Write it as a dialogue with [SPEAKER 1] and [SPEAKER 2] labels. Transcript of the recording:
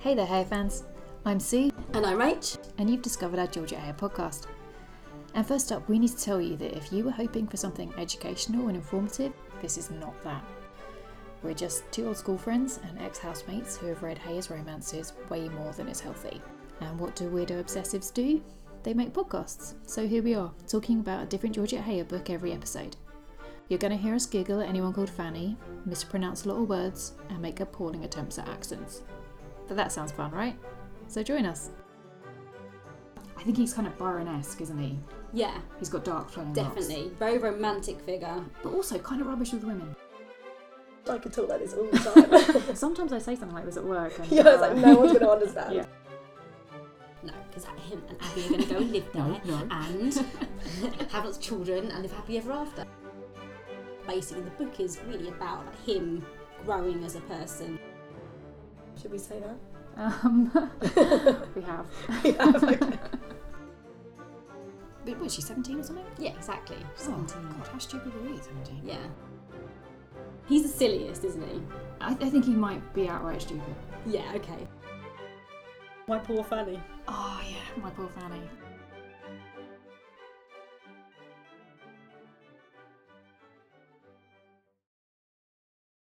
[SPEAKER 1] Hey there, Hair fans. I'm Sue,
[SPEAKER 2] And I'm Rach.
[SPEAKER 1] and you've discovered our Georgia Hair podcast. And first up, we need to tell you that if you were hoping for something educational and informative, this is not that. We're just two old school friends and ex housemates who have read Hayes romances way more than is healthy. And what do weirdo obsessives do? They make podcasts. So here we are, talking about a different Georgia Hayer book every episode. You're going to hear us giggle at anyone called Fanny, mispronounce little words, and make appalling attempts at accents. But that sounds fun, right? So join us. I think he's kind of Byron esque, isn't he?
[SPEAKER 2] Yeah,
[SPEAKER 1] He's got dark flowing locks.
[SPEAKER 2] definitely. Very romantic figure.
[SPEAKER 1] But also kind of rubbish with women.
[SPEAKER 3] I can talk like this all the time.
[SPEAKER 1] Sometimes I say something like this at work. And,
[SPEAKER 3] yeah, it's
[SPEAKER 1] uh,
[SPEAKER 3] like no one's gonna understand.
[SPEAKER 1] Yeah.
[SPEAKER 2] No, because him and Abby are going to go and live
[SPEAKER 1] No,
[SPEAKER 2] there
[SPEAKER 1] no.
[SPEAKER 2] and have lots of children and live happy ever after. Basically, the book is really about him growing as a person.
[SPEAKER 3] Should we say that?
[SPEAKER 1] Um, we have.
[SPEAKER 3] yeah, okay.
[SPEAKER 1] But was she 17 or something?
[SPEAKER 2] Yeah, exactly.
[SPEAKER 1] Oh, God, how stupid were we at 17?
[SPEAKER 2] Yeah. He's the silliest, isn't he?
[SPEAKER 1] I, I think he might be outright stupid.
[SPEAKER 2] Yeah, okay. My poor Fanny.
[SPEAKER 1] Oh, yeah, my poor Fanny.